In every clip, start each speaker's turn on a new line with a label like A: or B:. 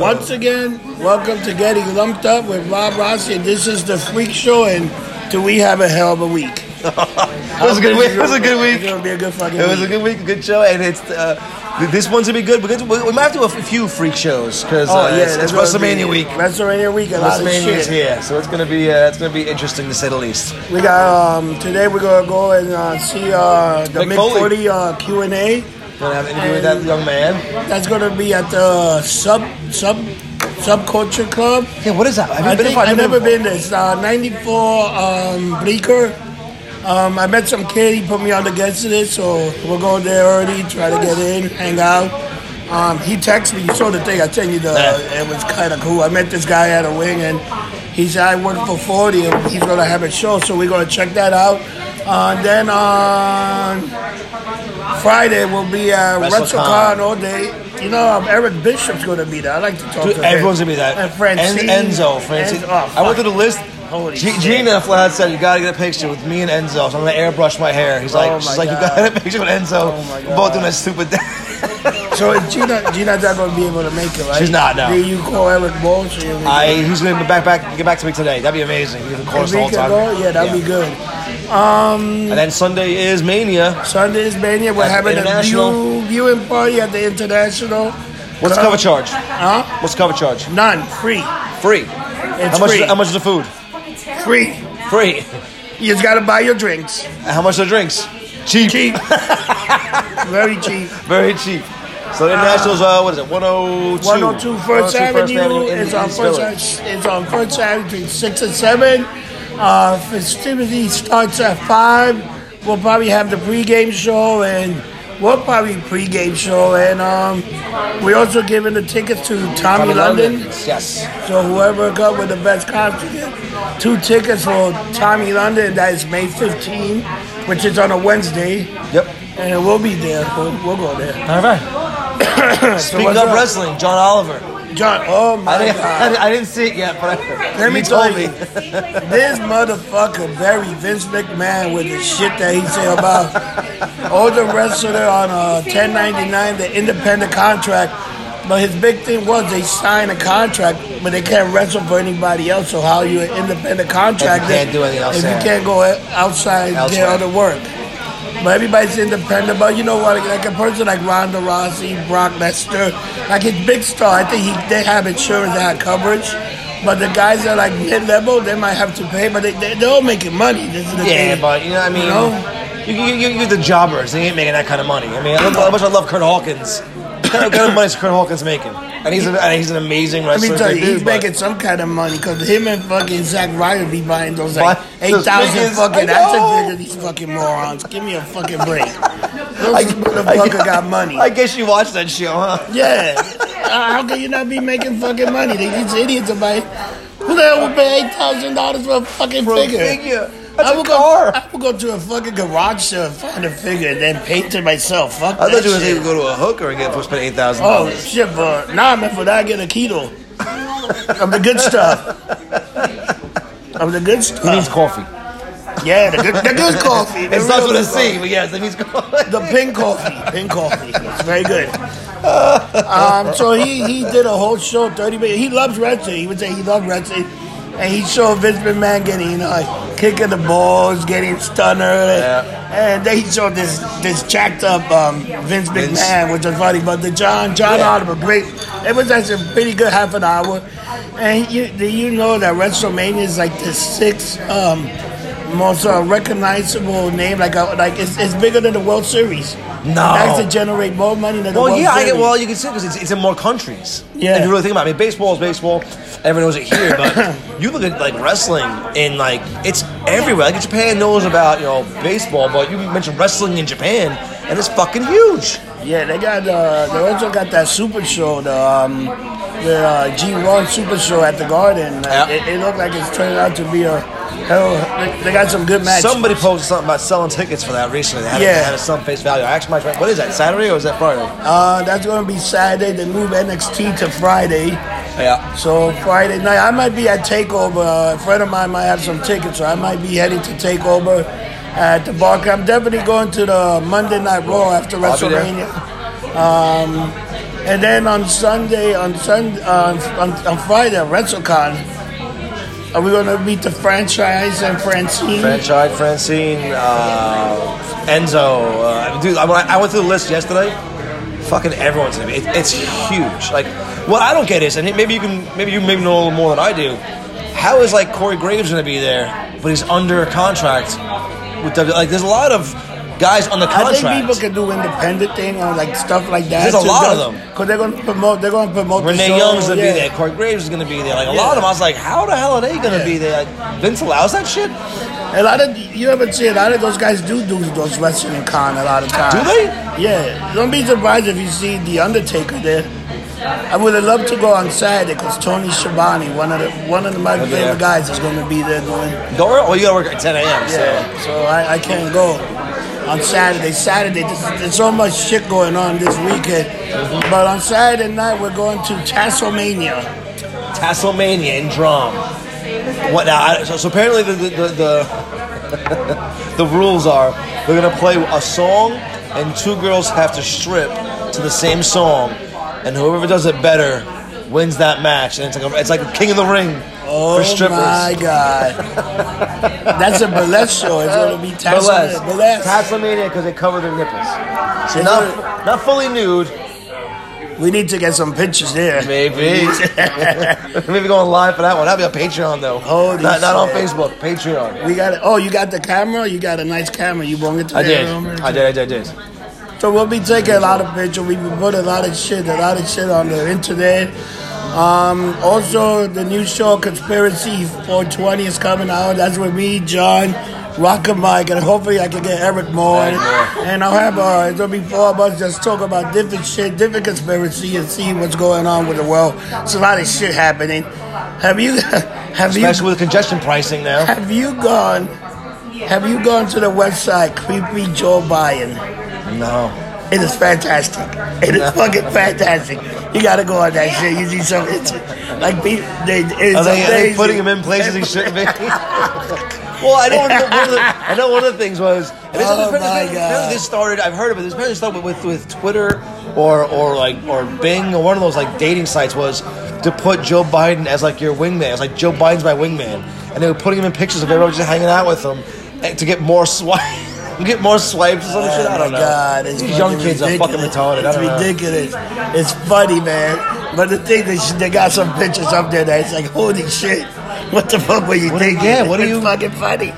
A: Once again, welcome to Getting Lumped Up with Rob Rossi. and This is the Freak Show, and do we have a hell of a week?
B: It was a good week. It was a good
A: It's
B: week.
A: gonna be a good fucking.
B: It was a
A: week.
B: good week, a good show, and it's uh, th- this one's gonna be good. We're gonna- We we might have to do a f- few freak shows because uh, it's,
A: that's
B: it's
A: Oh, gonna
B: WrestleMania
A: be-
B: week.
A: WrestleMania week, a lot of
B: WrestleMania is
A: shit.
B: here, so it's gonna be uh, it's gonna be interesting to say the least.
A: We got um, today. We're gonna go and uh, see uh, the
B: Mick
A: Mick
B: Foley.
A: Forty uh, Q and A.
B: Gonna have an interview with that young man.
A: That's gonna be at the sub sub subculture club.
B: Yeah, what is that? Have you
A: I
B: been?
A: think
B: I've
A: I've never been there. It's uh, 94 um, Bleecker. Um, I met some kid. He put me on the guest to this, so we'll go there early, try to get in, hang out. Um, he texted me. You saw the thing I sent you. The
B: Yeah.
A: it was kind of cool. I met this guy at a wing, and he said I work for 40, and he's gonna have a show, so we're gonna check that out. Uh, then on Friday we'll be at
B: WrestleCon.
A: WrestleCon all day. You know, um, Eric Bishop's gonna be there. I like to talk
B: Dude,
A: to him.
B: everyone's gonna be that.
A: And Francine.
B: En- Enzo, Francine.
A: Enzo- oh,
B: I went
A: fuck.
B: through the list.
A: Holy
B: G-
A: shit.
B: Gina flat out said, "You gotta get a picture with me and Enzo." So I'm gonna airbrush my hair. He's like,
A: Oh
B: "She's
A: my
B: like, you
A: God.
B: gotta get a picture with Enzo."
A: Oh my
B: We're both doing
A: God.
B: that stupid thing.
A: So if Gina, Gina's not going to be able to make it, right?
B: She's not, no.
A: Do you call Eric Walsh? or you-
B: I he's gonna be back back get back to me today. That'd be amazing. You can call
A: if
B: us the
A: he
B: whole
A: can
B: time.
A: go, yeah, that'd be good.
B: And then Sunday is Mania.
A: Sunday's Mania, we're
B: That's
A: having a
B: international.
A: view, viewing party at the International.
B: What's the
A: Uh,
B: cover charge?
A: Huh?
B: What's the cover charge?
A: None. Free.
B: Free.
A: It's
B: how much?
A: free.
B: Is, how much is the food?
A: free.
B: Free.
A: You just got to buy your drinks.
B: And how much are the drinks? Cheap.
A: Cheap. Very cheap.
B: Very cheap.
A: Ah.
B: So the internationals are what is it?
A: 102
B: 102.
A: First
B: 102
A: Avenue.
B: in
A: It's on
B: East
A: First,
B: Village.
A: it's on First Avenue between 6 and 7. Uh, festivity starts at 5. We'll probably have the pregame show and we'll probably pregame show. And um, we're also giving the tickets to Tommy,
B: Tommy
A: London.
B: Yes.
A: So whoever got with the best concert, two tickets for Tommy London. That is May 15, which is on a Wednesday.
B: Yep.
A: And we'll be there. We'll, we'll go there.
B: All right.
A: So
B: Speaking
A: what's
B: of
A: up?
B: wrestling, John Oliver.
A: John, oh my
B: I didn't,
A: God.
B: I didn't- I didn't see it yet, but I,
A: Let me
B: you
A: tell
B: told me.
A: you, this motherfucker, very Vince McMahon, with the shit that he say about all the wrestler on uh, 1099, the independent contract. But his big thing was they sign a contract, but they can't wrestle for anybody else. So how you an independent contractor
B: can't do anything
A: if
B: outside.
A: you can't go outside and get
B: Elsewhere.
A: other work? But everybody's independent. But you know what? Like a person like Ronda Rousey, Brock Lesnar, like his big star, I think he, they have insurance, they have coverage. But the guys that are like mid level, they might have to pay, but they, they, they're all making money. This is the
B: Yeah,
A: thing.
B: but you know what I mean. You,
A: know?
B: you, you, you, the jobbers. They ain't making that kind of money. I mean, I love, how much I love Kurt Hawkins. What kind of, kind of money is Kurt Hawkins making? And he's, a, and he's an amazing
A: Let
B: wrestler.
A: me tell you,
B: too,
A: he's
B: but-
A: making some kind of money because him and fucking Zach Ryder be buying those
B: Buy
A: like eight
B: those
A: thousand
B: biggest-
A: fucking
B: I
A: action
B: know.
A: figures. These fucking morons, give me a fucking break. Those
B: I-
A: motherfucker
B: I-
A: got money.
B: I guess you watched that show, huh?
A: Yeah. Uh, how can you not be making fucking money? They- These idiots are buying. Who the hell would pay eight thousand dollars for a fucking
B: For a
A: figure?
B: figure. That's
A: I
B: a
A: would
B: car.
A: Go, I would go to a fucking garage sale and find a figure and then paint it myself. Fuck
B: I
A: that
B: thought you were
A: shit.
B: going to go to a hooker and get for spend eight thousand.
A: Oh shit, but nah, man, for that I get a keto. Of the good stuff. Of the good stuff.
B: coffee.
A: Yeah, the good, the good coffee.
B: It
A: The
B: starts
A: real
B: with a
A: good coffee.
B: C, but yes, it means coffee.
A: The pink coffee, pink coffee. It's very good. Um, so he, he did a whole show, 30 minutes. He loves wrestling. He would say he loved wrestling. And he showed Vince McMahon getting, you know, like, kicking the balls, getting stunner. And, and then he showed this this jacked up um, Vince
B: Vince.
A: McMahon, which was funny. But the John, John
B: Yeah.
A: Oliver, great. It was actually a pretty good half an hour. And you, do you know that WrestleMania is like the sixth um, most uh, recognizable name? Like, a, like it's, it's bigger than the World Series.
B: No.
A: That's to generate more money than the
B: Well,
A: World
B: yeah, I
A: Series.
B: get, well, you can see because it's, it's in more countries.
A: Yeah.
B: If you really think about it, I mean, baseball is baseball. Everyone knows it here, but you look at like wrestling in like it's everywhere. Like Japan knows about you know baseball, but you mentioned wrestling in Japan, and it's fucking huge.
A: Yeah, they got uh, they also got that super show, the um, the uh, G1 super show at the Garden. Like,
B: Yeah.
A: it, it looked like it's turned out to be a hell. They, they got some good matches.
B: Somebody posted something about selling tickets for that recently. They had,
A: Yeah.
B: yeah. had some face value. I asked my friend, what is that Saturday or is that Friday?
A: Uh, that's gonna be Saturday. They move NXT to Friday.
B: Yeah.
A: So Friday night, I might be at Takeover. A friend of mine might have some tickets, so I might be heading to Takeover at the bar. I'm definitely going to the Monday Night Raw after
B: I'll be there.
A: WrestleMania. Um, And then on Sunday, on Sun, uh, on, on Friday, at WrestleCon, are we going to meet the franchise and Francine?
B: Franchise, Francine, uh, Enzo. Uh, dude, I, when I, I went through the list yesterday. Fucking everyone's gonna be. It, it's huge. Like, what I don't get is, and maybe you can, maybe you maybe know a little more than I do. How is like Corey Graves gonna be there, but he's under contract with W? Like, there's a lot of guys on the
A: I
B: contract.
A: think people can do independent thing or like stuff like that.
B: There's a lot of them.
A: because they're going to promote. They're going to promote. the
B: Renee
A: show,
B: Young's gonna
A: yeah.
B: be there. Corey Graves is gonna be there. Like a lot of them, I was like, how the hell are they gonna be there? Like, Vince allows that shit?
A: A lot of you ever see a lot of those guys do do those wrestling con a lot of times.
B: Do they?
A: Yeah. Don't be surprised if you see the Undertaker there. I would have loved to go on Saturday because Tony Schiavone, one of the one of the, my
B: Oh, yeah.
A: favorite guys, is going to be there doing.
B: Go work. Oh, you gotta work at 10 a.m. So.
A: Yeah. So I, I can't go on Saturday. Saturday, there's, there's so much shit going on this weekend. But on Saturday night, we're going to Tasmania.
B: Tasselmania in drum. What now? I, so, so apparently the the the, the, the rules are they're gonna play a song and two girls have to strip to the same song, and whoever does it better wins that match. And it's like a, it's like a King of the Ring
A: Oh
B: for strippers.
A: my God. That's a burlesque show. It's going to be Tasmania.
B: Burlesque.
A: Burlesque.
B: Tasselmania because they cover their nipples. So
A: They
B: not, not fully nude,
A: we need to get some pictures there.
B: maybe. maybe going live for that one. That'll be on Patreon though.
A: Holy
B: not, not on
A: shit.
B: Facebook. Patreon.
A: We got it. Oh, you got the camera? You got a nice camera. You won't get to
B: I
A: the
B: did.
A: room?
B: I did. I did. I did.
A: So we'll be taking a lot of pictures. We will put a lot of shit, a lot of shit on the internet. Um, also, the new show Conspiracy 420 is coming out. That's with me, John, Rock and Mike, and hopefully I can get Eric Moore.
B: Eric Moore.
A: And I'll have uh, there'll be four of us just talk about different shit, different conspiracy, and see what's going on with the world. It's a lot of shit happening. Have you have you
B: Especially with congestion pricing now.
A: have you gone? Have you gone to the website Creepy Joe Biden?
B: No.
A: It is fantastic. It is fucking fantastic. You gotta go on that shit. You see some it's like be they it's
B: Are they, are they
A: amazing.
B: putting him in places he shouldn't be? well, I know, one of the, I know one of the things was. And this,
A: Oh,
B: apparently-
A: my
B: apparently
A: God.
B: this started, I've heard of it, this apparently started with, with Twitter or, or like or Bing or one of those like dating sites was to put Joe Biden as like your wingman. It's like Joe Biden's my wingman. And they were putting him in pictures of everyone just hanging out with him and to get more swipe. Get more swipes or some
A: Oh
B: shit. I don't
A: my
B: know.
A: God, it's
B: These young
A: fucking
B: kids are fucking
A: ridiculous.
B: retarded. I
A: It's
B: don't know.
A: ridiculous. It's funny, man. But the thing is, they got some pictures up there that's like, holy shit, what the fuck were you
B: What-
A: thinking?
B: yeah, what are
A: it's
B: you-
A: fucking funny?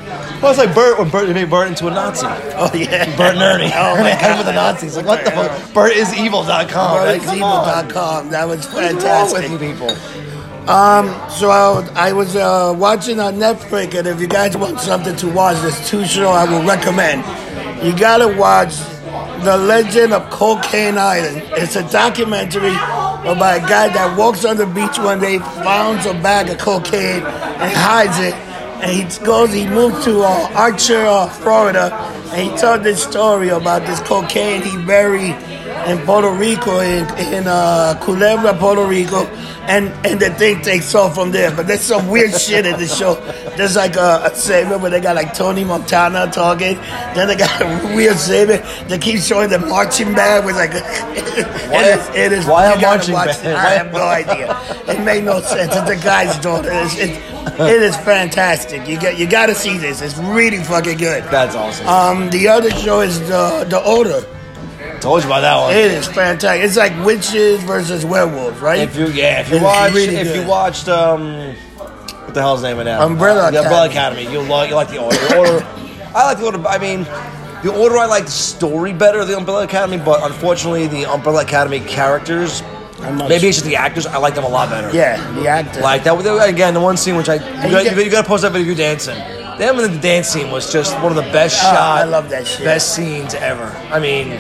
B: Well, it's like Bert when Bert they made Bert into a Nazi.
A: Oh yeah,
B: Bert and Ernie.
A: Oh
B: Ernie
A: my
B: had him
A: god,
B: with the Nazis. Like, what the fuck? Bert is evil.com. Like, come on.
A: BurtIsEvil.com. That was
B: What
A: fantastic.
B: is wrong with you people?
A: Um, so I, I was uh, watching on Netflix, and if you guys want something to watch, there's two shows I will recommend. You gotta watch The Legend of Cocaine Island. It's a documentary about a guy that walks on the beach one day, finds a bag of cocaine, and hides it. And he goes, he moved to uh, Archer, uh, Florida, and he told this story about this cocaine he buried in Puerto Rico, in, in uh, Culebra, Puerto Rico, and, and the thing takes off from there. But there's some weird shit in the show. There's like a, a segment where they got like Tony Montana talking, then they got a weird segment. They keep showing the marching band with like. it is. It is
B: Why
A: you
B: a
A: gotta
B: marching
A: watch
B: band?
A: it. I have no idea. It made no sense. It's the guy's daughter. It's, it, it is fantastic. You got you got to see this. It's really fucking good.
B: That's awesome.
A: Um, the other show is the the order.
B: Told you about that one.
A: It is fantastic. It's like witches versus werewolves, right?
B: if you, yeah, if
A: It
B: you
A: is
B: watched,
A: really
B: if you
A: good.
B: watched, um, what the hell's the name of it now?
A: Umbrella
B: The Umbrella Academy. You'll like, you like the order. The order. I like the order. I mean, the order. I like the story better. of The Umbrella Academy, but unfortunately, the Umbrella Academy characters.
A: I'm not
B: Maybe
A: sure.
B: it's just the actors. I like them a lot better.
A: yeah, the actor.
B: Like that again, the one scene which I you
A: you
B: got,
A: get-
B: you got to post that video dancing. Them and the dance scene was just one of the best
A: Oh,
B: shot.
A: I love that shit.
B: Best scenes ever. I mean,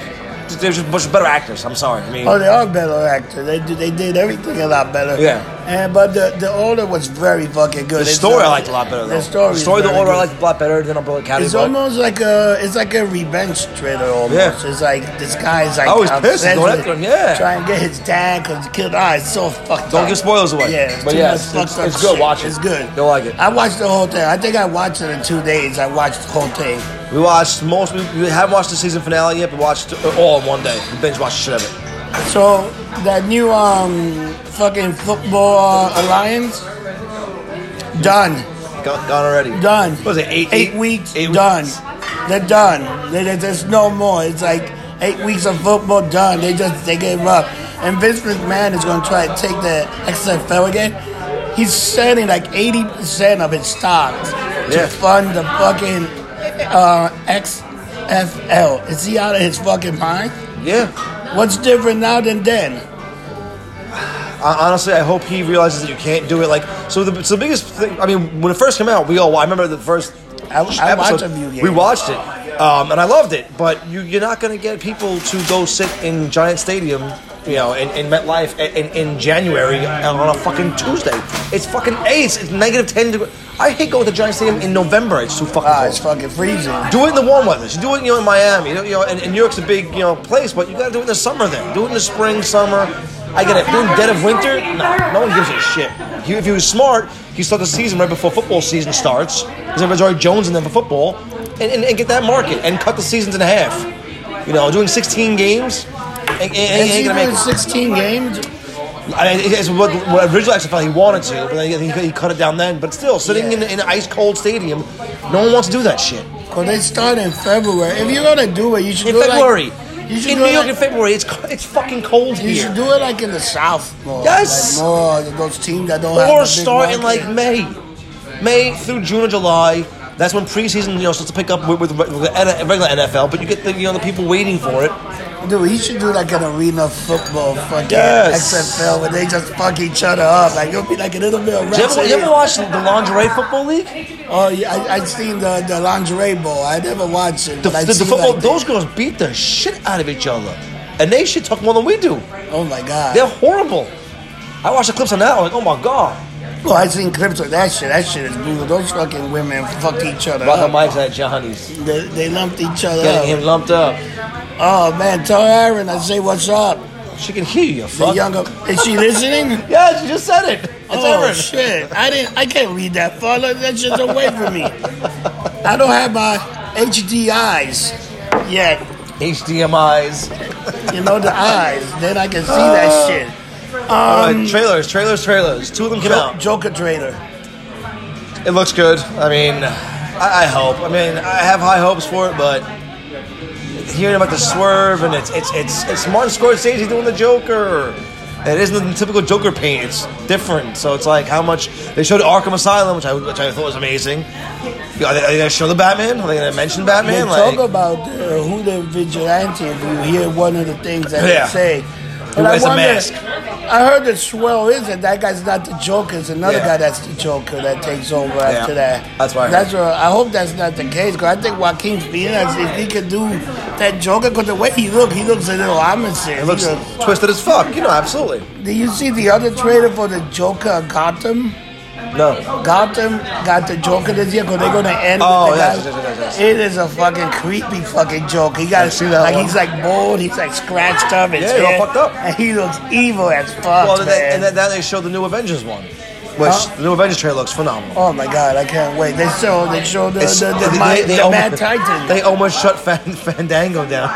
B: just- they're just much better actors. I'm sorry. I mean,
A: oh, they are better actors. They do, they did everything a lot better.
B: Yeah.
A: And but the the order was very fucking good.
B: the
A: It's
B: story I
A: not-
B: liked a lot better. Though.
A: The story,
B: the
A: is
B: story, the
A: very
B: order I
A: good.
B: liked a lot better than Umbrella Academy.
A: It's
B: but
A: almost like a it's like a revenge thriller almost.
B: Yeah.
A: It's like this guy's like
B: Oh, he's pissed.
A: obsessed
B: Going
A: with
B: after him, yeah.
A: trying to get his dad because he killed. Ah, it's so fucked
B: Don't
A: up.
B: give spoilers away.
A: Yeah, it's
B: But
A: too
B: yeah,
A: much
B: it's-
A: fucked
B: it's-
A: up
B: it's good.
A: shit.
B: Watch it.
A: It's good.
B: You'll like it.
A: I watched the whole thing. I think I watched it in two days. I watched the whole thing.
B: we watched most. We, we haven't watched the season finale yet, but watched it all in one day. We binge watched shit of it.
A: So that new um fucking football alliance done.
B: Gone, gone already.
A: Done.
B: What was it eight,
A: eight, weeks?
B: Eight
A: done.
B: weeks.
A: They're done. They- they- there's no more. It's like eight weeks of football done. They just they gave up. And Vince McMahon is going to try to take the XFL again. He's selling like eighty percent of his stocks
B: Yeah.
A: to fund the fucking uh, XFL. Is he out of his fucking mind?
B: Yeah.
A: What's different now than then?
B: I, honestly, I hope he realizes that you can't do it. Like, so the, so the biggest thing. I mean, when it first came out, we all. I remember the first.
A: I- I watched
B: episode,
A: a few games.
B: We watched it, um, and I loved it. But you, you're not going to get people to go sit in Giant Stadium, you know, in, in MetLife in, in, in January on a fucking Tuesday. It's fucking hey, it's, it's negative ten degrees. I hate going to Giant Stadium in November. It's too fucking
A: Ah,
B: cold.
A: it's fucking freezing.
B: Do it in the warm weather. You do it, you know, in Miami. You know, you know and, and New York's a big, you know, place, but you got to do it in the summer. Then do it in the spring, summer. I get it. Then dead of winter, no, no one gives a shit. He, if he was smart, he start the season right before football season starts, because everybody's already jonesing them for football, and, and, and get that market and cut the seasons in half. You know, doing 16 games. And, and, and
A: Is
B: he
A: he
B: ain't gonna
A: doing
B: make,
A: 16 games?
B: I mean, it's what, what originally I felt he wanted to, but then he, he cut it down then. But still, sitting in, in an ice cold stadium, no one wants to do that shit.
A: Well, they start in February. If you're gonna do it, you should
B: in
A: do
B: February.
A: it like, you should
B: in
A: do
B: New
A: it
B: York
A: like-
B: in February, it's co- it's fucking cold
A: You should
B: here.
A: do it like in the South more.
B: Yes.
A: Like more of those teams that don't have. a
B: Or
A: big
B: start in like
A: market.
B: May, May through June or July. That's when preseason you know starts to pick up with, with re- with the regular NFL, but you get the you know the people waiting for it.
A: Dude, you should do like an arena football fucking
B: Yes.
A: XFL where they just fuck each other up. Like it'll be like a little bit of
B: Did you ever,
A: wrestling.
B: you ever watch the lingerie football league?
A: Oh yeah, I, I seen the the lingerie bowl. I never watched it.
B: The,
A: but I
B: the- the
A: see,
B: football,
A: like,
B: those girls beat the shit out of each other, and they shit talk more than we do.
A: Oh my god.
B: They're horrible. I watched the clips on that. I'm like, oh my god,
A: Well, I seen clips of that shit. That shit is brutal. Those fucking women fucked each other
B: Rocket
A: up.
B: Mike's at Johnny's,
A: They, they lumped each other up.
B: getting him lumped up.
A: Oh man, tell Aaron I say what's up.
B: She can hear you, you
A: The
B: fuck.
A: younger is she listening?
B: Yeah, she just said it. It's
A: oh
B: Aaron.
A: shit! I didn't. I can't read that far. Look, That's just away from me. I don't have my HD eyes yet.
B: HDMIs.
A: You know the eyes. Then I can see that shit.
B: All right, trailers, trailers, trailers. Two of them came
A: Jo-
B: out.
A: Joker trader.
B: It looks good. I mean, I, I hope. I mean, I have high hopes for it, but hearing about the swerve and it's it's it's it's Martin Scorsese doing the Joker. It isn't the typical Joker paint. It's different. So it's like how much they showed Arkham Asylum, which I which I thought was amazing. Are they, are they gonna show the Batman? Are they gonna mention
A: They
B: Batman?
A: talk
B: like,
A: about uh, who the vigilante. If you hear one of the things that
B: Yeah.
A: they say, I
B: Who wears the mask?
A: I heard that Swell isn't. That guy's not the Joker. It's another
B: Yeah.
A: guy that's the Joker that takes over after that.
B: That's what I heard.
A: That's what I hope that's not the case. Cause I think Joaquin Phoenix, if he could do that Joker, cause the way he look, he looks a little opposite.
B: it looks
A: He looks-
B: twisted as fuck. You know, absolutely.
A: Do you see the other trailer for the Joker Gotham?
B: No.
A: Gotham got the Joker this year because they're gonna end
B: Oh,
A: with the
B: yes,
A: guy.
B: yes, yes, yes, yes.
A: It is a fucking creepy fucking joke. He got
B: I see that
A: like
B: one.
A: he's like bald, he's like scratched up, his
B: Yeah, he's all
A: hair,
B: fucked up.
A: and he looks evil as fuck,
B: Well, and
A: man.
B: then, and then- then they showed the new Avengers one, which
A: Huh?
B: the new Avengers trailer looks phenomenal.
A: oh my god, I can't wait. They show they show the the,
B: It's-
A: the, my- the Mad Titan.
B: They almost shut Fan, Fandango down.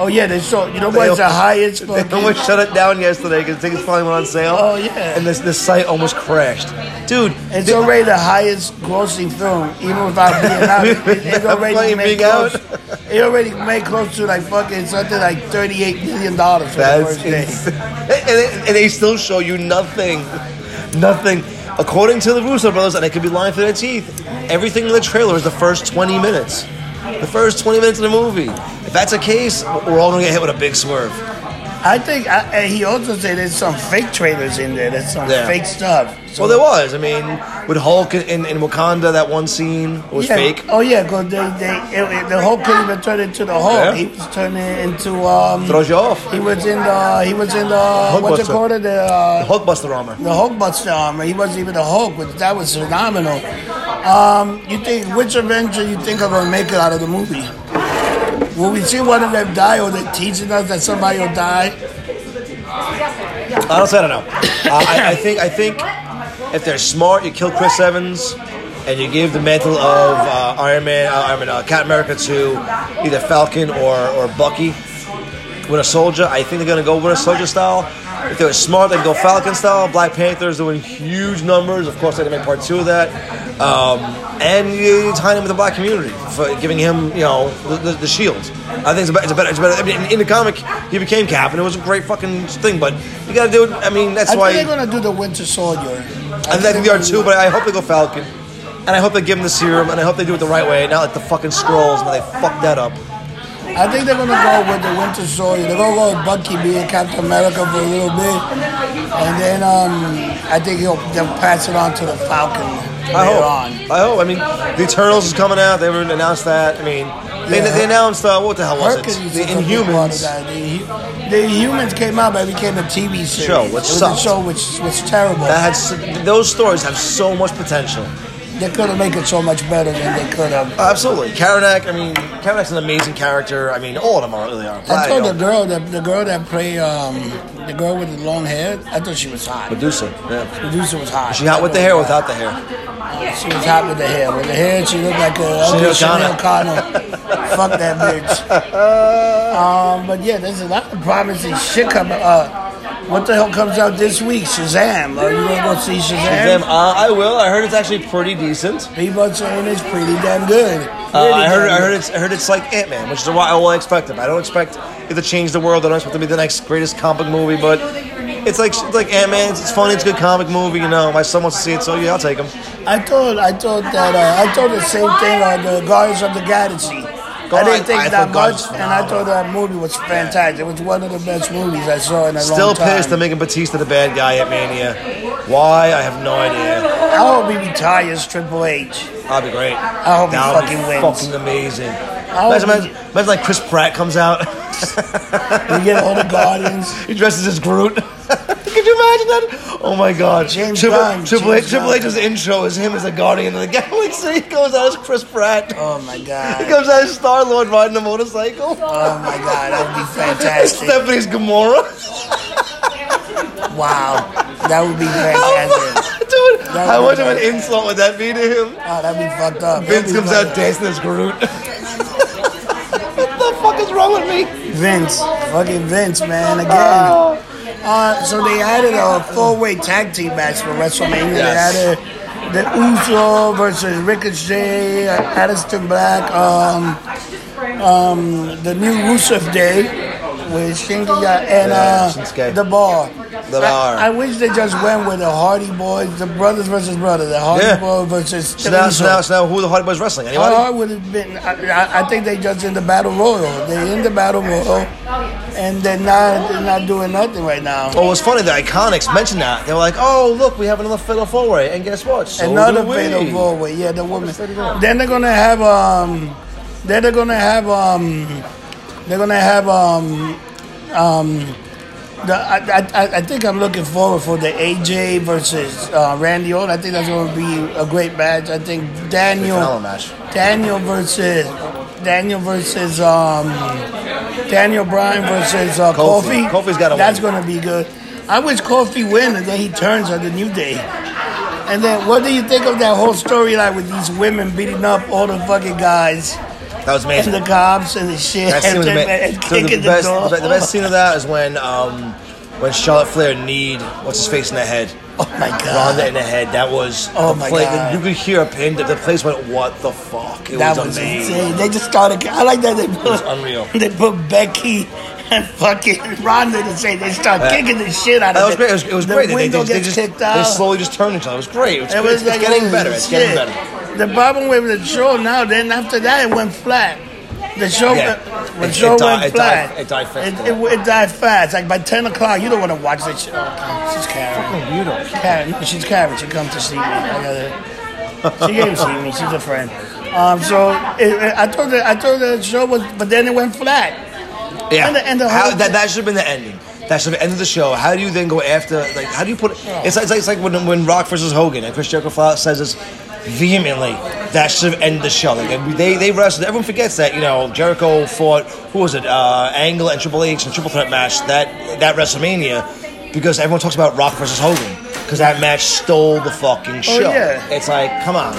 A: oh yeah, they show. You know what's
B: they,
A: the highest
B: They
A: fucking?
B: almost shut it down yesterday because tickets finally went on sale.
A: Oh, yeah.
B: And this this site almost crashed, dude.
A: It's
B: they-
A: already the highest grossing film, even without being out. It, it already
B: Playing
A: made
B: being out.
A: close. It already made close to like fucking something like thirty-eight million dollars for the
B: That's
A: first day.
B: insane. and, they- and they still show you nothing, nothing. According to the Russo brothers, and I could be lying through their teeth, everything in the trailer is the first 20 minutes. The first 20 minutes of the movie. If that's the case, we're all gonna get hit with a big swerve.
A: I think I, and he also said there's some fake trailers in there. There's some
B: Yeah.
A: fake stuff. So,
B: Well, there was. I mean, with Hulk in, in Wakanda, that one scene was
A: yeah.
B: fake.
A: Oh yeah, because they, they it, it- the whole couldn't even turn into the Hulk.
B: Yeah.
A: He was turning into um.
B: Throws you off.
A: He was in the he was in the what's it
B: Hulkbuster.
A: called the uh,
B: Hulkbuster armor.
A: the Hulkbuster armor. He wasn't even a Hulk, which that was phenomenal. Um, you think which Avenger you think are gonna make it out of the movie? Will we see one of them die, or they teaching us that somebody will die?
B: Honestly, I don't know. Uh, I, I think I think if they're smart, you kill Chris Evans, and you give the mantle of uh, Iron Man, uh, Iron Man, uh, Captain America to either Falcon or or Bucky. with a soldier. I think they're gonna go with a soldier style. If they're smart, they can go Falcon style. Black Panther's doing huge numbers. Of course, they had to make part two of that. Um, and you tying him with the black community for giving him, you know, the, the, the shield. I think it's a, be- it's a better. It's a better. I mean, in the comic, he became Cap, and it was a great fucking thing. But you gotta do it. I mean, that's
A: I
B: why.
A: think they're gonna do the Winter Soldier.
B: I think, I think they are too, but I hope they go Falcon. And I hope they give him the serum, and I hope they do it the right way, not like the fucking scrolls, but they fucked that up.
A: I think they're gonna go with the Winter Soldier. They're gonna go with Bucky being Captain America for a little bit, and then um, I think he'll they'll pass it on to the Falcon
B: I
A: later
B: hope.
A: on.
B: I hope. I mean, the Eternals is coming out. They haven't announced that. I mean, they,
A: Yeah.
B: they announced uh, what the hell was
A: Hercules is
B: it? The
A: a big part of
B: Inhumans.
A: that. The, the Humans came out, but it became a TV series.
B: Show, which
A: it was
B: sucked.
A: a show which was terrible.
B: That had s those stories have so much potential.
A: they could have made it so much better than they could have.
B: Absolutely, Karanak. I mean, Karanak's an amazing character. I mean, all of them are really are.
A: I
B: But,
A: told
B: you
A: the
B: know,
A: girl that the girl that played um, the girl with the long hair. I thought she was hot.
B: Medusa. Yeah.
A: Producer was hot.
B: She hot with the hair, or without the hair.
A: She was hot with the hair. With the hair, she looked like a
B: Sinead
A: Sinead Sinead
B: O'Connor.
A: O'Connor. Fuck that bitch. Um, but yeah, there's a lot of promising shit coming. Uh, what the hell comes out this week? Shazam. Are you gonna go see
B: Them,
A: Shazam?
B: uh, I will. I heard it's actually pretty decent.
A: People are saying it's pretty damn good.
B: Uh,
A: Really
B: I heard.
A: damn
B: I
A: good.
B: heard it's. I heard it's like Ant Man, which is what I will expect of. I don't expect it to change the world. I don't expect it to be the next greatest comic movie, but it's like it's like Ant Man. It's, it's funny. It's a good comic movie. You know, my son wants to see it, so yeah, I'll take him.
A: I thought I thought that uh, I thought the same thing on the Guardians of the Galaxy. I
B: Guardians-
A: didn't think
B: I
A: that
B: thought Guardians
A: much,
B: was
A: and I thought that movie was fantastic. It was one of the best movies I saw in a
B: Still
A: long time.
B: pissed at making Batista the bad guy at Mania. Why? I have no idea.
A: I hope he retires Triple H.
B: That'd be great.
A: I hope he
B: That'd
A: fucking
B: be
A: wins.
B: Fucking amazing.
A: hope
B: Imagine,
A: he-
B: imagine, imagine like Chris Pratt comes out.
A: We get all the Guardians.
B: He dresses as Groot. Could you imagine that? Oh my God!
A: James
B: Triple,
A: Gunn,
B: Triple,
A: James
B: H, Triple
A: Gunn.
B: H's intro is him as a Guardian of the Galaxy. He goes out as Chris Pratt.
A: Oh my
B: He
A: god.
B: comes out as Star Lord riding a motorcycle.
A: Oh my god, that would be fantastic.
B: Stephanie's Gamora.
A: Wow. That would be fantastic.
B: Dude,
A: That
B: how
A: would
B: much
A: be
B: of an
A: nice.
B: insult would that be to him?
A: Oh, that'd be fucked up. That'd
B: Vince
A: be
B: comes
A: fucked
B: out
A: up.
B: dancing as Groot. what the fuck is wrong with me?
A: Vince. Fucking Vince, man, again.
B: Oh.
A: Uh, so they added a four-way tag team match for WrestleMania.
B: Yes.
A: They added the Uso versus Ricochet, Addison Black, um, um, the new Rusev Day with Shingo and
B: Yeah,
A: uh,
B: Shinsuke.
A: the Bar.
B: The Bar.
A: I, I wish they just went with the Hardy Boys, the brothers versus brothers, the Hardy
B: Yeah.
A: Boys versus.
B: So now,
A: Uso.
B: so now, so now who the Hardy Boys wrestling?
A: How
B: Anybody?
A: hard would Oh, it have been? I, I- I think they just in the battle royal. They in the battle royal, and they're not they're not doing nothing right now.
B: Well, it was funny. The Iconics mentioned that. They were like, "Oh, look, we have another Fatal Four Way," and guess what? So
A: Another
B: do we.
A: fatal four way. Yeah, the woman. Then they're gonna have um. Then they're gonna have um. They're gonna have um. Um. The, I, I- I, I think I'm looking forward for the AJ versus uh, Randy Orton. I think that's going to be a great match. I think
B: Phenomenal
A: Daniel
B: match.
A: Daniel versus Daniel versus um, Daniel Bryan versus uh, Kofi.
B: Kofi. Kofi's gotta
A: That's
B: win.
A: gonna be good. I wish Kofi win and then he turns on the New Day. And then what do you think of that whole storyline with these women beating up all the fucking guys
B: That was
A: and
B: amazing.
A: the cops and the shit
B: That scene
A: and,
B: was ama-
A: and
B: so the,
A: kicking the,
B: best,
A: door?
B: the be- the best scene of that is when um, when Charlotte Flair kneed what's his face in the head.
A: Oh my god.
B: Ronda in the head. That was
A: Oh
B: the
A: my
B: place,
A: God.
B: You could hear a pin. The place went, "What the fuck?" It
A: That
B: was
A: was
B: amazing.
A: insane. They just started. I like that they put
B: was unreal.
A: They put Becky and fucking Ronda to say they start
B: Yeah.
A: kicking the shit out
B: Uh, That
A: of
B: was
A: it.
B: great. It was, it was
A: the
B: great. They-
A: window
B: they, they,
A: gets
B: just,
A: kicked out.
B: they slowly just turned each other. It was great. It was,
A: it was
B: it's
A: like,
B: getting
A: holy
B: better. It's
A: shit.
B: getting better.
A: The problem with the show now, then after that it went flat. The show,
B: Yeah.
A: the
B: It-
A: show
B: it di-
A: went
B: it
A: flat.
B: died- it died fast.
A: It, it- it died fast. Like by ten o'clock, you don't want to watch this show. Okay, she's Karen. Karen, no, she's Karen. She comes to see me. I gotta. She came to see me. She's a friend. Um, so it, it- I told her, I told her the show was, but then it went flat.
B: Yeah.
A: And the- and the
B: how,
A: whole-
B: that, that should have been the ending. That should have been the end of the show. How do you then go after? Like, how do you put? It's like it's like, it's like when, when Rock versus Hogan and Chris Jericho flat out says this vehemently. That should have ended the show. Like they they wrestled. Everyone forgets that you know Jericho fought who was it? Uh, Angle and Triple H and Triple Threat match that that WrestleMania because everyone talks about Rock versus Hogan because that match stole the fucking show.
A: Oh, yeah.
B: It's like come on.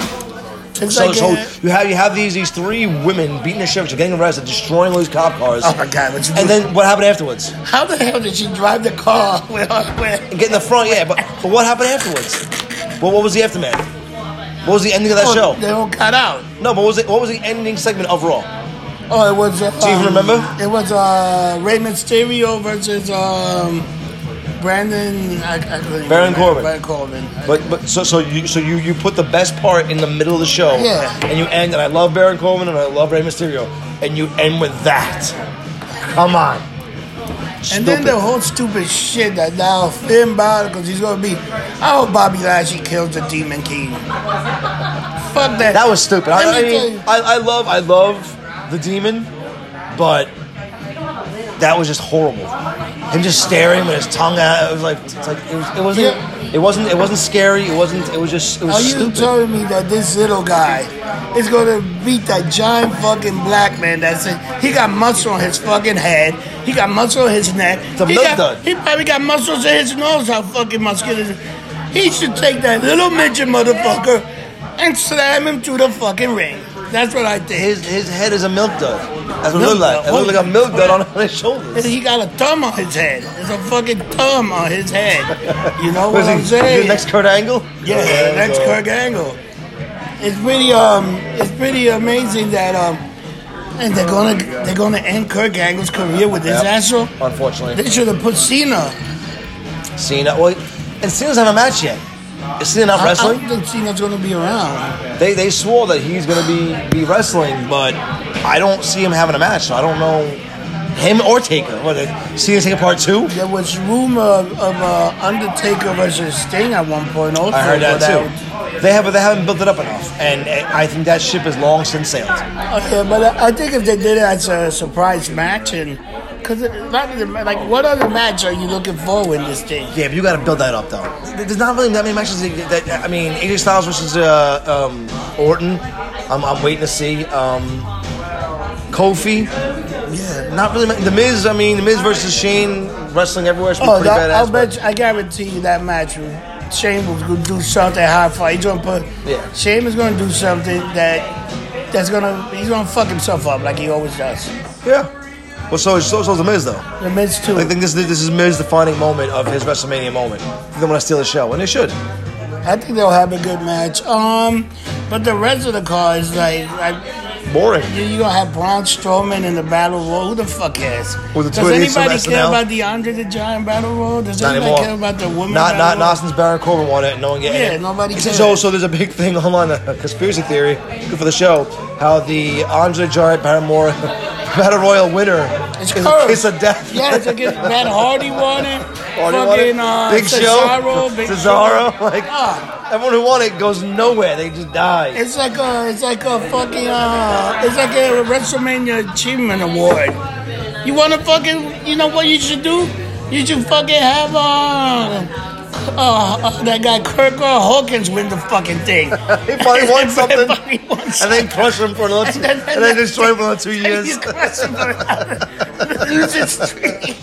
A: It's
B: so
A: like uh,
B: so
A: a-
B: you have you have these these three women beating the shit, they're getting arrested, destroying all these cop cars.
A: Oh my God, what you
B: And
A: do-
B: then what happened afterwards?
A: How the hell did she drive the car? Where, where?
B: Get in the front, yeah, but, but what happened afterwards? Well, what was the aftermath? What was the ending of that show?
A: They all cut out.
B: No, but what was the, what was the ending segment of Raw?
A: Oh, it was. Uh,
B: Do you even remember?
A: It was uh, Rey Mysterio versus um, Brandon. I, I couldn't even
B: Baron
A: remember.
B: Corbin.
A: Baron Corbin.
B: But but so so you so you you put the best part in the middle of the show,
A: Yeah.
B: and you end. And I love Baron Corbin and I love Rey Mysterio, and you end with that. Come on.
A: and then
B: Stupid.
A: the whole stupid shit that now Finn Balor, because he's gonna be. I hope Bobby Lashley kills the Demon King. Fuck that.
B: That was stupid. I,
A: Let
B: I
A: me tell
B: mean,
A: you.
B: I, I love, I love the demon, but that was just horrible. Him just staring with his tongue out. It was like, it's like it, was, it wasn't,
A: Yeah.
B: it wasn't, it wasn't scary. It wasn't. It was just, it was
A: Are you
B: stupid.
A: telling me that this little guy is gonna beat that giant fucking black man that's in, he got muscle on his fucking head, he got muscle on his neck,
B: a
A: he,
B: milk
A: got-
B: dud.
A: he probably got muscles in his nose. How fucking muscular! is it? He should take that little midget motherfucker and slam him to the fucking ring. That's what I think.
B: his his head is a milk dud. That's what it
A: Milk
B: looked like.
A: dud.
B: It looked like a milk dud on his
A: And
B: shoulders.
A: He got a thumb on his head. There's a fucking thumb on his head. You know what
B: Was he
A: I'm
B: the
A: saying?
B: next Kurt Angle?
A: Yeah, that's Kirk Angle. It's pretty um, it's pretty amazing that um, and they're gonna they're gonna end Kirk Angle's career with this
B: Yep.
A: asshole.
B: Unfortunately,
A: They should have put Cena.
B: Cena. Well, and Cena's not a match yet. Is Cena not
A: I- I,
B: wrestling?
A: don't think Cena's gonna be around.
B: They they swore that he's going to be be wrestling, but I don't see him having a match. So I don't know him or Taker. What they- Cena Taker Part Two?
A: There was rumor of uh, Undertaker versus Sting at one point. Also,
B: I heard that
A: but
B: too. They have, but they haven't built it up enough, and I think that ship has long since sailed.
A: Okay, but I I think if they did it as a surprise match and. Cause it- not even- like, what other match are you looking for in this thing?
B: Yeah, but you got to build that up though. There's not really that many matches. That, that I mean, AJ Styles versus uh, um, Orton. I'm, I'm waiting to see. Um, Kofi. Yeah, not really. ma- The Miz. I mean, the Miz versus Shane wrestling everywhere. Should be
A: Oh,
B: pretty
A: that,
B: badass.
A: I'll
B: but-
A: bet you, I guarantee you that match. will- Shane was gonna do something hard for. He's gonna put.
B: Yeah.
A: Shane is gonna do something that that's gonna he's gonna fuck himself up like he always does.
B: Yeah. Well, so so so's the Miz though.
A: The Miz too.
B: I think this this is Miz defining moment of his WrestleMania moment. They want to steal the show, and they should.
A: I think they'll have a good match. Um, but the rest of the car is like, like
B: Boring.
A: you you gonna have Braun Strowman in the Battle Royal. Who the fuck cares?
B: With the
A: Does
B: 28 from
A: anybody care
B: SNL?
A: about the Andre the Giant Battle Royal? Does
B: Not
A: anybody
B: anymore.
A: care about the women?
B: Not not
A: battle
B: not since Baron Corbin won it, and no one getting
A: Yeah,
B: it.
A: nobody
B: So-
A: cares.
B: So so there's a big thing online, a conspiracy theory, good for the show, how the Andre Giant Barrymore Battle Royal winner
A: It's
B: is
A: cursed.
B: a kiss of death.
A: Yeah, it's against Matt Hardy won it.
B: Or they
A: fucking
B: won it.
A: Uh,
B: Big
A: Cesaro,
B: Show,
A: Big
B: Cesaro,
A: Show.
B: like
A: Ah,
B: everyone who won it goes nowhere. They just die.
A: it's like a, it's like a fucking, uh, it's like a WrestleMania achievement award. You want to fucking, you know what you should do? You should fucking have uh, uh, uh, that guy Kirk uh, Hawkins win the fucking thing.
B: They finally won something,
A: Everybody wants
B: and then crush them for another, two, and then destroy them for another two
A: something.
B: years.
A: He's crushing for- loses streak.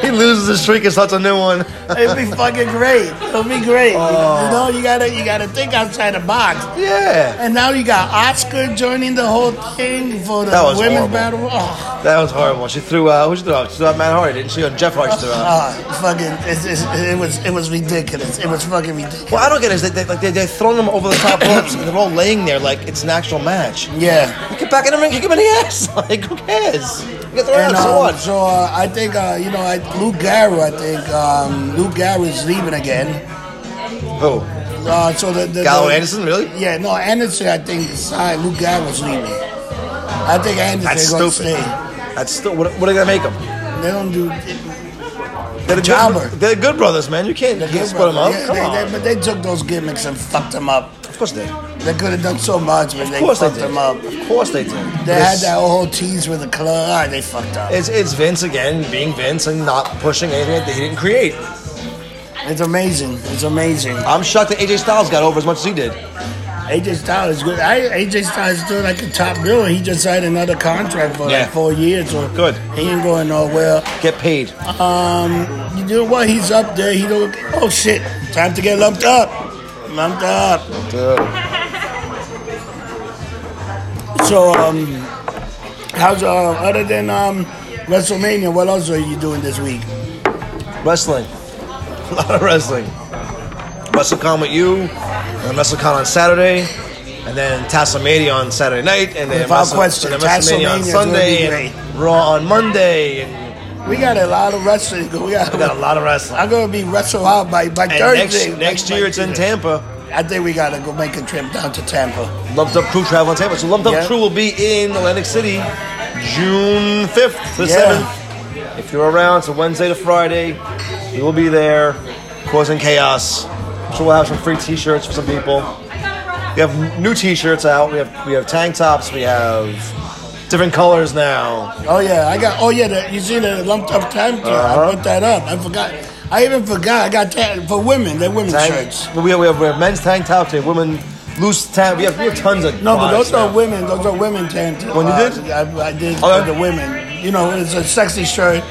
B: He loses the streak and starts a new one.
A: It'd be fucking great. It'll be great.
B: Oh.
A: You know, you gotta you gotta think outside the box.
B: Yeah,
A: And now you got Oscar joining the whole thing for the
B: That was
A: women's battle.
B: horrible.
A: Oh,
B: that was horrible. She threw out. Who she threw out? She threw out Matt Hardy, didn't she? Or Jeff Hardy she threw out.
A: oh, fucking! It's, it's, it was it was ridiculous. It was fucking ridiculous.
B: Well, I don't get it. Is they, they, like, they, they're throwing them over the top ropes and they're all laying there like it's an actual match.
A: Yeah.
B: Get back in the ring, kick him in the ass. Like, who cares? You get thrown
A: And
B: out, so
A: um,
B: what?
A: so uh, I think uh, you know I, Luke Garrow. I think um, Luke Garrow is leaving again.
B: Who?
A: Uh, so the, the
B: Gallo
A: the-
B: Anderson, really?
A: Yeah, no Anderson. I think signed Luke Garrow's leaving. I think
B: That's
A: Anderson's gonna
B: stupid.
A: stay.
B: That's still, what, what are they going to make them?
A: They don't do
B: They're, the
A: Jobber.
B: good, they're good brothers, man. You can't, you
A: Yeah,
B: can't split them up.
A: yeah,
B: Come
A: they,
B: on.
A: They, but they took those gimmicks and fucked them up.
B: of course they did.
A: They could have done so much, but they
B: Of course they
A: fucked
B: did.
A: them up.
B: Of course they did.
A: They had that whole tease with the club. Ah, they fucked up.
B: It's, it's Vince again being Vince and not pushing anything that he didn't create.
A: It's amazing. It's amazing.
B: I'm shocked that AJ Styles got over as much as he did.
A: AJ Styles is good. I, AJ Styles is still like a top girl. He just signed another contract for
B: Yeah.
A: like four years. Or
B: Good.
A: He ain't going nowhere.
B: Get paid.
A: Um, you know what? He's up there. He don't. Oh shit! Time to get lumped up. Lumped up.
B: Dude.
A: So, um, how's uh, other than um, WrestleMania? What else are you doing this week?
B: Wrestling. A lot of wrestling. WrestleCon with you, and then WrestleCon on Saturday, and then Tasmania on Saturday night, and then,
A: Without
B: Wrestle-
A: question,
B: and then WrestleMania
A: Tasmania
B: on
A: is gonna be
B: Sunday,
A: great.
B: and Raw on Monday, and
A: We got a lot of wrestling. We got,
B: we got a lot of wrestling.
A: I'm gonna be wrestled out by by
B: And
A: Thursday.
B: next, next year it's in Tampa.
A: I think we gotta go make a trip down to Tampa.
B: Lumped Up Crew travel in Tampa. So Lumped Up
A: Yeah.
B: Crew will be in Atlantic City June 5th to
A: Yeah.
B: 7th. If you're around, so Wednesday to Friday, we will be there causing chaos. So we'll have some free t-shirts for some people. We have new t-shirts out. We have we have tank tops. We have different colors now.
A: Oh yeah, I got. Oh yeah, the, you see the lumped up Tampa.
B: Uh-huh.
A: I put that up. I forgot. I even forgot. I got that for women. They're women's
B: Tank,
A: shirts.
B: Well, we, have, we have we have men's tank tops. We have women loose tank. We have, we have tons of
A: No, but
B: products
A: those are
B: now.
A: women. Those are women tank tops.
B: When you did?
A: I, I did
B: Oh, yeah.
A: for the women. You know, it's a sexy shirt.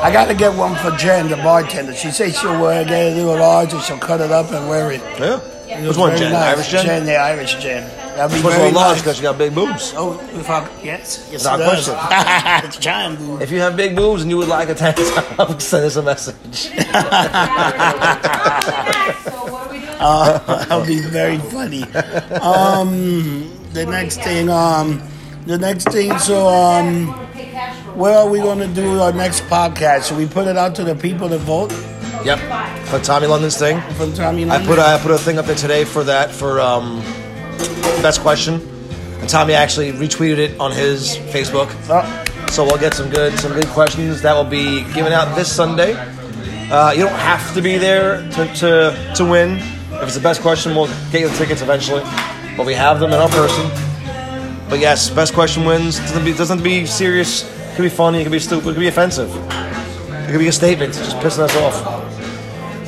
A: I got to get one for Jen, the bartender. She says she'll wear it, get a little large, and she'll cut it up and wear it.
B: Yeah.
A: It's
B: Which one,
A: very
B: Jen?
A: nice.
B: Irish Jen.
A: Jen, yeah, Irish Jen. That'd be
B: First of
A: very
B: all, large
A: nice.
B: because you got big boobs.
A: Oh, if I, yes, yes,
B: Not
A: it
B: a
A: does. it's John. dude.
B: If you have big boobs and you would like a tank top, send us a message.
A: Uh, that would be very funny. Um, the next thing, um, the next thing. So, um, where are we going to do our next podcast? Should we put it out to the people to vote
B: Yep. For Tommy London's thing,
A: from Tommy?
B: I
A: London?
B: put I put a thing up there today for that for um best question, and Tommy actually retweeted it on his Facebook.
A: Oh,
B: So we'll get some good some good questions that will be given out this Sunday. Uh, you don't have to be there to, to, to win. If it's the best question, we'll get you the tickets eventually. But we have them in our person. But yes, best question wins. Doesn't be doesn't be serious. It could be funny. It could be stupid. It could be offensive. It could be a statement. It's just pissing us off.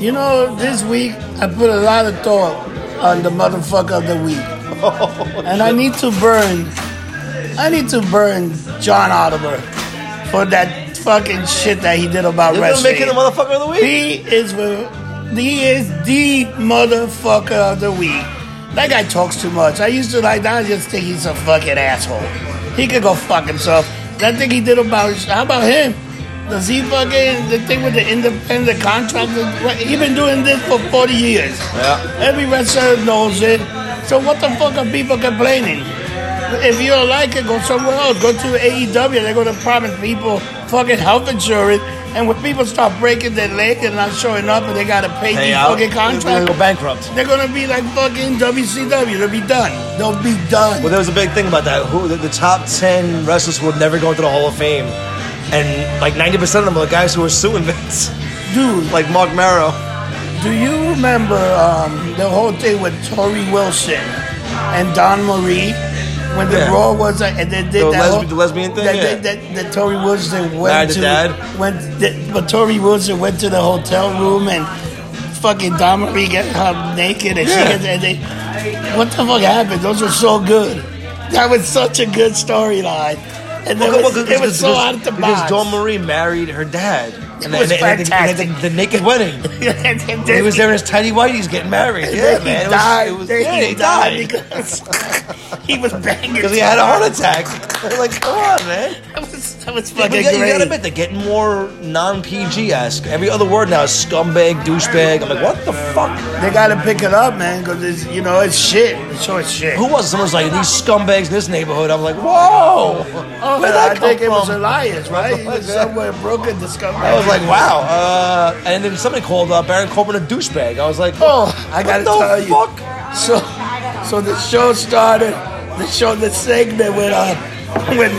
A: you know, this week I put a lot of thought on the motherfucker of the week, and I need to burn. I need to burn John Oliver for that fucking shit that he did about
B: You're gonna
A: wrestling.
B: make it the motherfucker of the week.
A: He is the he is the motherfucker of the week. That guy talks too much. I used to like. Now I just think he's a fucking asshole. He could go fuck himself. That thing he did about how about him? Does he fucking the thing with the independent contractor? What- He been doing this for forty years.
B: Yeah.
A: Every wrestler knows it. So what the fuck are people complaining? If you don't like it, go somewhere else. Go to AEW. They're going to promise people fucking health insurance. And when people start breaking their leg and not showing up and they got to pay these
B: Hey, Al,
A: fucking
B: You're gonna
A: contracts,
B: go bankrupt.
A: they're going to be like fucking WCW. They'll be done. They'll be done.
B: Well, there was a big thing about that. Who the, the top ten wrestlers who would never go into the Hall of Fame, and like ninety percent of them are the guys who were suing Vince,
A: Dude,
B: like Mark Marrow.
A: do you remember um, the whole thing with Tori Wilson and Don Marie? When the
B: Yeah.
A: Raw was, uh, and they did
B: The
A: that
B: lesb-
A: whole-
B: the lesbian thing,
A: That,
B: yeah.
A: that, that, that Tori Wilson went
B: Married the
A: to
B: dad?
A: went. That, but Tori Wilson went to the hotel room and fucking Don Marie got her naked and
B: Yeah.
A: she gets, and they. What the fuck happened? Those were so good. That was such a good storyline, and they
B: Well,
A: was,
B: well,
A: it was so
B: because-
A: out of the
B: because
A: box.
B: Dawn Marie married her dad.
A: It was
B: the- the, naked wedding.
A: and then
B: he was there in his tidy whities getting married. Yeah,
A: then
B: man.
A: he died.
B: It was, it was,
A: Then
B: yeah,
A: he,
B: he
A: died,
B: died.
A: because he was banging.
B: Because he had a heart attack. like, come on, man.
A: That was, that was
B: But
A: fucking
B: you, got, you
A: great.
B: gotta admit, they're getting more non PG esque. Every other word now is scumbag, douchebag. I'm like, what the fuck?
A: they gotta pick it up, man, because it's you know it's shit. It's so shit.
B: Who was it? Someone's like, these scumbags in this neighborhood. I'm like, whoa.
A: Oh,
B: Where'd
A: I
B: that come
A: think it was
B: from?
A: Elias, right? He was
B: Yeah.
A: somewhere broken discovery.
B: I was like, wow. Uh, and then somebody called uh, Baron Corbin a douchebag. I was like,
A: Oh, I gotta
B: what the
A: tell you.
B: fuck?
A: So, so the show started. The show, the segment with uh, when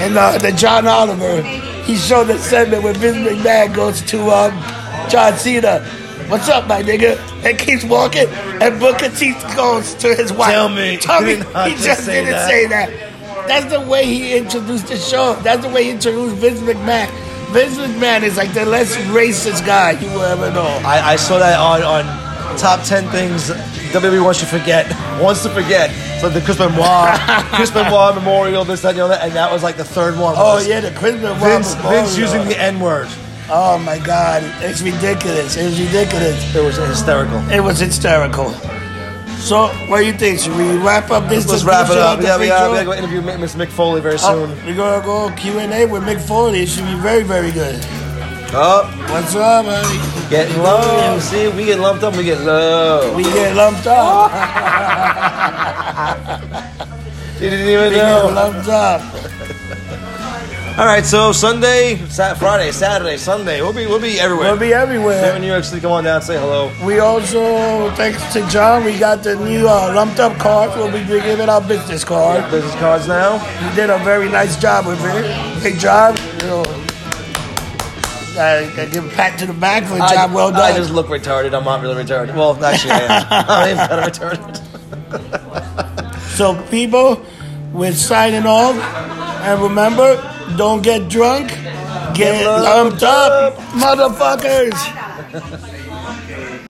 A: and uh, the John Oliver, he showed the segment where Vince McMahon goes to um, John Cena. What's up, my nigga? And keeps walking, and Booker T goes to his wife.
B: Tell me,
A: tell me,
B: you did not
A: he
B: just
A: just
B: say
A: didn't
B: that.
A: say that. That's the way he introduced the show. That's the way he introduced Vince McMahon. Vince McMahon is like the less racist guy you will ever know.
B: I, I saw that on, on top ten things WWE wants to forget wants to forget. So the Chris Benoit, Chris Benoit Memorial, this that, and the other, and that was like the third one.
A: Oh
B: was
A: yeah, the Christmas
B: Vince,
A: Wobble
B: Vince
A: Ball,
B: using
A: yo.
B: the N word.
A: Oh my God, it's ridiculous! It's ridiculous.
B: It was hysterical.
A: It was hysterical. So, what do you think? Should we wrap up this?
B: Let's wrap it up. Yeah, we are. We gotta go interview Ma- Miss Mick Foley
A: Oh.
B: very soon.
A: We're gonna go Q and A with Mick Foley. It should be very, very good.
B: Oh,
A: What's up, buddy?
B: getting low. See, we get lumped up. We get low.
A: We get lumped up.
B: Oh, You didn't even
A: We get
B: know.
A: lumped up.
B: All right, so Sunday, Sat Friday, Saturday, Sunday. We'll be we'll be everywhere.
A: We'll be
B: If you're in
A: everywhere.
B: New York City, come on down, say hello.
A: We also, thanks to John, we got the new uh, lumped up card. We'll be giving our business card.
B: Business cards now.
A: You did a very nice job with it. Big job. You know, I, I give a pat to the back for a job
B: I,
A: well done.
B: I just look retarded. I'm not really retarded. Well, actually, I am. I am kind of retarded.
A: so, people, we're signing off. And remember, don't get drunk. Get lumped up, motherfuckers.